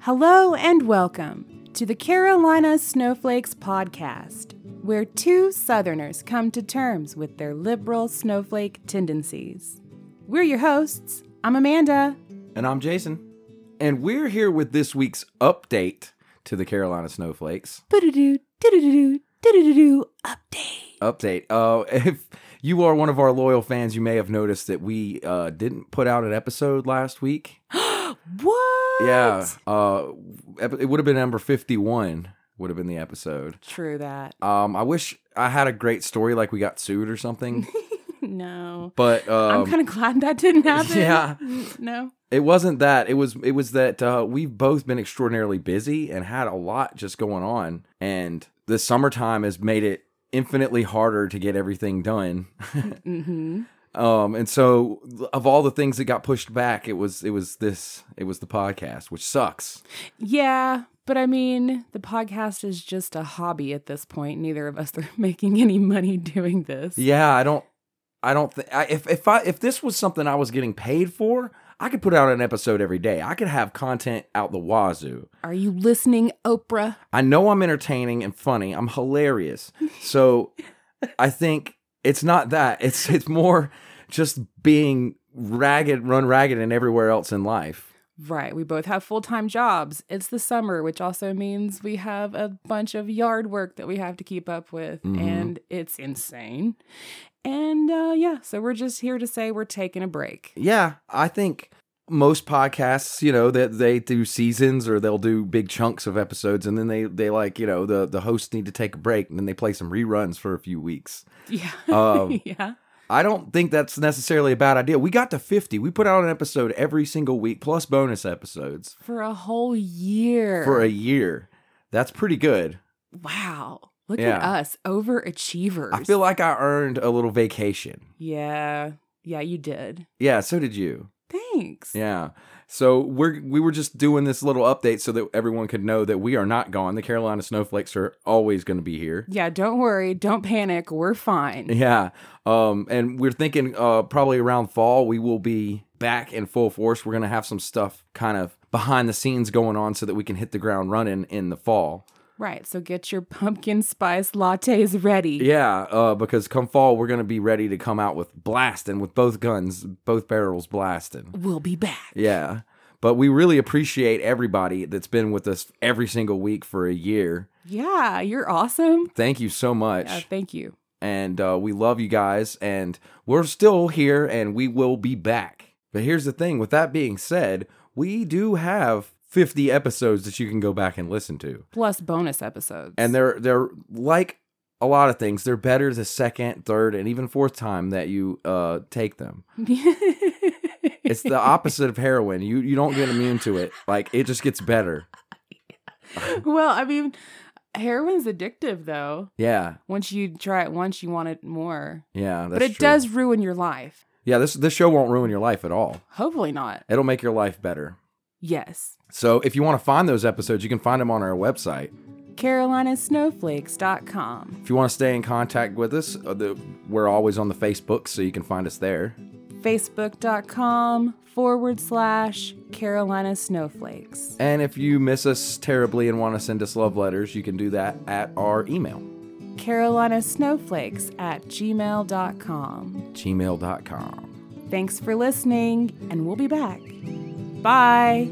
Hello and welcome to the Carolina Snowflakes podcast, where two Southerners come to terms with their liberal snowflake tendencies. We're your hosts. I'm Amanda. And I'm Jason. And we're here with this week's update to the Carolina Snowflakes. Boo-doo-doo, doo-doo-doo, doo-doo-doo, update. Update. Uh, if you are one of our loyal fans, you may have noticed that we uh, didn't put out an episode last week. What? Yeah. Uh, ep- it would have been number 51, would have been the episode. True that. Um, I wish I had a great story like we got sued or something, No. but um, I'm kind of glad that didn't happen. yeah. No. It wasn't that. It was it was that uh, we've both been extraordinarily busy and had a lot just going on, and the summertime has made it infinitely harder to get everything done. Mm-hmm. um, and so, of all the things that got pushed back, it was it was this it was the podcast, which sucks. Yeah, but I mean, the podcast is just a hobby at this point. Neither of us are making any money doing this. Yeah, I don't I don't think if if I if this was something I was getting paid for, I could put out an episode every day. I could have content out the wazoo. Are you listening, Oprah? I know I'm entertaining and funny. I'm hilarious. So I think it's not that. It's it's more just being ragged, run ragged and everywhere else in life. Right. We both have full time jobs. It's the summer, which also means we have a bunch of yard work that we have to keep up with, Mhm. and it's insane. And uh, yeah, so we're just here to say we're taking a break. Yeah, I think most podcasts, you know, that they, do seasons or they'll do big chunks of episodes and then they they like, you know, the the hosts need to take a break and then they play some reruns for a few weeks. Yeah. Um, yeah. I don't think that's necessarily a bad idea. We got to 50. We put out an episode every single week plus bonus episodes. For a whole year. for a year. That's pretty good. wow. Look Yeah. at us, overachievers. I feel like I earned a little vacation. Yeah. Yeah, you did. Yeah, so did you. Thanks. Yeah. So we're we were just doing this little update so that everyone could know that we are not gone. The Carolina snowflakes are always going to be here. Yeah, don't worry. Don't panic. We're fine. Yeah. Um and we're thinking uh probably around fall we will be back in full force. We're going to have some stuff kind of behind the scenes going on so that we can hit the ground running in the fall. Right. So get your pumpkin spice lattes ready. Yeah, uh, because come fall, we're gonna be ready to come out with blasting with both guns, both barrels blasting. We'll be back. Yeah, but we really appreciate everybody that's been with us every single week for a year. Yeah, you're awesome. Thank you so much, Yeah, thank you. and uh, we love you guys. And we're still here, and we will be back. But here's the thing: with that being said, we do have 50 episodes that you can go back and listen to. Plus bonus episodes. and they're they're like a lot of things they're better the second third and even fourth time that you uh take them it's the opposite of heroin you you don't get immune to it like it just gets better well, I mean, heroin's addictive though. yeah Once you try it once, you want it more. yeah that's but it true. does ruin your life. yeah this this show won't ruin your life at all Hopefully not. it'll make your life better Yes. so if you want to find those episodes you can find them on our website CarolinaSnowflakes.com. if you want to stay in contact with us uh, the, we're always on the facebook so you can find us there Facebook.com forward slash Carolina Snowflakes. and if you miss us terribly and want to send us love letters you can do that at our email Carolina Snowflakes at gmail.com. gmail.com Thanks for listening, and we'll be back. Bye.